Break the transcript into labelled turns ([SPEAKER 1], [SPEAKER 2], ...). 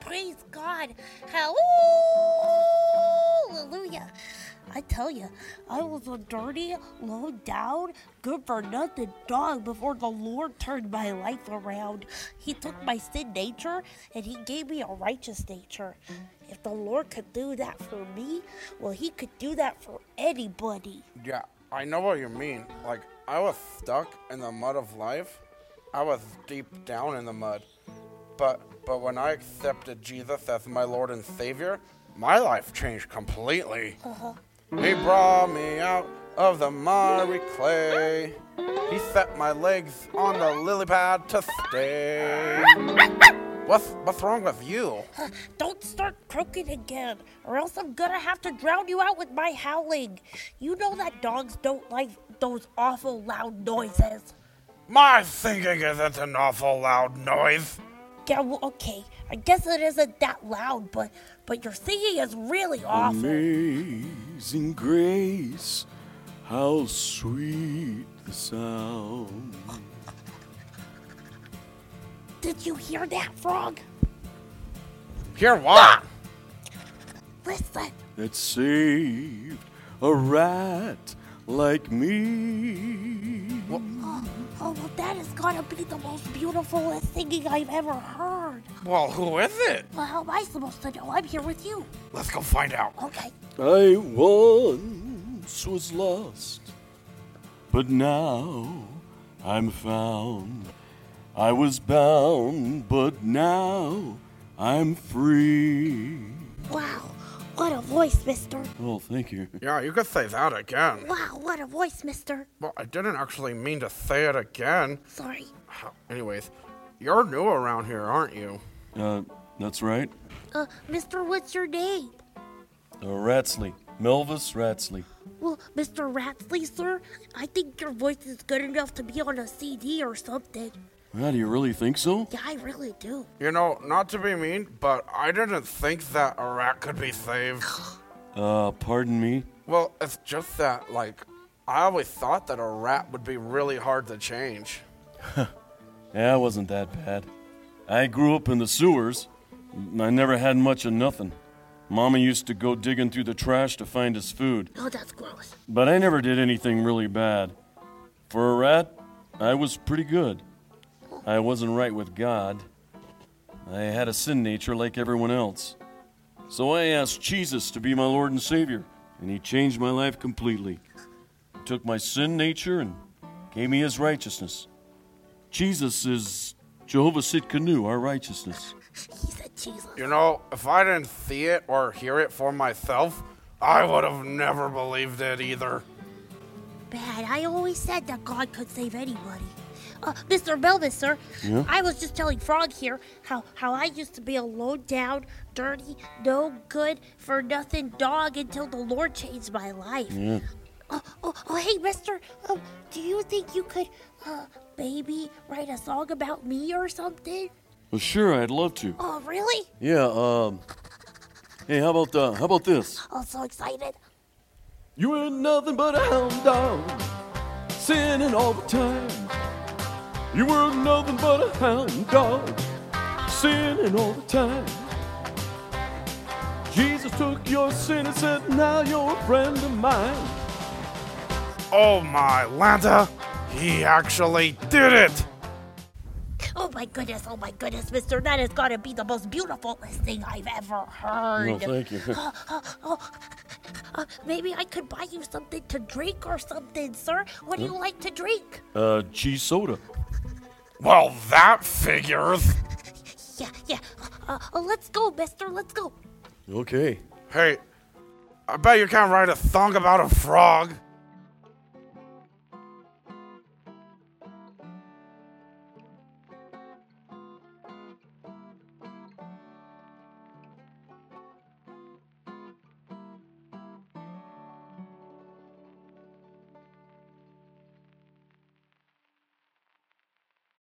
[SPEAKER 1] Praise God. Hallelujah. I tell you, I was a dirty, low down, good for nothing dog before the Lord turned my life around. He took my sin nature and He gave me a righteous nature. If the Lord could do that for me, well, He could do that for anybody.
[SPEAKER 2] Yeah, I know what you mean. Like, I was stuck in the mud of life. I was deep down in the mud. But but when I accepted Jesus as my Lord and Savior, my life changed completely. He brought me out of the miry clay. He set my legs on the lily pad to stay. What's, what's wrong with you?
[SPEAKER 1] Don't start croaking again, or else I'm gonna have to drown you out with my howling. You know that dogs don't like those awful loud noises.
[SPEAKER 2] My singing isn't an awful loud noise.
[SPEAKER 1] Yeah, well, okay. I guess it isn't that loud, but but your singing is really awful.
[SPEAKER 3] Amazing grace, how sweet the sound.
[SPEAKER 1] Did you hear that, Frog?
[SPEAKER 2] Hear what?
[SPEAKER 1] Listen.
[SPEAKER 3] that saved a rat like me.
[SPEAKER 1] Oh, well, that is gonna be the most beautiful singing I've ever heard.
[SPEAKER 2] Well, who is it?
[SPEAKER 1] Well, how am I supposed to know? I'm here with you.
[SPEAKER 2] Let's go find out.
[SPEAKER 1] Okay.
[SPEAKER 3] I once was lost, but now I'm found. I was bound, but now I'm free.
[SPEAKER 1] Wow. What a voice, mister.
[SPEAKER 3] Oh, thank you.
[SPEAKER 2] Yeah, you could say that again.
[SPEAKER 1] Wow, what a voice, mister.
[SPEAKER 2] Well, I didn't actually mean to say it again.
[SPEAKER 1] Sorry.
[SPEAKER 2] Anyways, you're new around here, aren't you?
[SPEAKER 3] Uh, that's right.
[SPEAKER 1] Uh, mister, what's your name?
[SPEAKER 3] Uh, Ratsley. Melvis Ratsley.
[SPEAKER 1] Well, Mr. Ratsley, sir, I think your voice is good enough to be on a CD or something.
[SPEAKER 3] Wow, do you really think so?
[SPEAKER 1] Yeah, I really do.
[SPEAKER 2] You know, not to be mean, but I didn't think that a rat could be saved.
[SPEAKER 3] Uh, pardon me.
[SPEAKER 2] Well, it's just that, like, I always thought that a rat would be really hard to change.
[SPEAKER 3] Yeah, it wasn't that bad. I grew up in the sewers. I never had much of nothing. Mama used to go digging through the trash to find us food,
[SPEAKER 1] Oh, that's gross.
[SPEAKER 3] but I never did anything really bad. For a rat, I was pretty good. I wasn't right with God. I had a sin nature like everyone else. So I asked Jesus to be my Lord and Savior, and He changed my life completely. He took my sin nature and gave me His righteousness. Jesus is Jehovah Sitkanu, our righteousness.
[SPEAKER 1] He said Jesus.
[SPEAKER 2] You know, if I didn't see it or hear it for myself, I would have never believed it either.
[SPEAKER 1] Man, I always said that God could save anybody. Uh, Mr. Melvis, sir,
[SPEAKER 3] Yeah?
[SPEAKER 1] I was just telling Frog here how, how I used to be a low down, dirty, no good for nothing dog until the Lord changed my life.
[SPEAKER 3] Yeah.
[SPEAKER 1] Oh, oh, oh, hey, Mister, um, do you think you could uh, maybe write a song about me or something?
[SPEAKER 3] Well, sure, I'd love to.
[SPEAKER 1] Oh, really?
[SPEAKER 3] Yeah. Um. Hey, how about uh, how about this?
[SPEAKER 1] I'm Oh, so excited.
[SPEAKER 3] You ain't nothing but a hound dog, sinning all the time. You were nothing but a hound dog, sinning all the time. Jesus took your sin and said, "Now you're a friend of mine."
[SPEAKER 2] Oh my Lanta, he actually did it!
[SPEAKER 1] Oh my goodness, oh my goodness, Mister, that is gonna be the most beautiful thing I've ever heard.
[SPEAKER 3] Well, thank you.
[SPEAKER 1] Uh, uh, oh, uh, maybe I could buy you something to drink or something, sir. What do you like to drink?
[SPEAKER 3] Uh, cheese soda.
[SPEAKER 2] Well, that figures.
[SPEAKER 1] Yeah, yeah. Uh, uh, let's go, Mister. Let's go.
[SPEAKER 3] Okay.
[SPEAKER 2] Hey, I bet you can't write a song about a frog.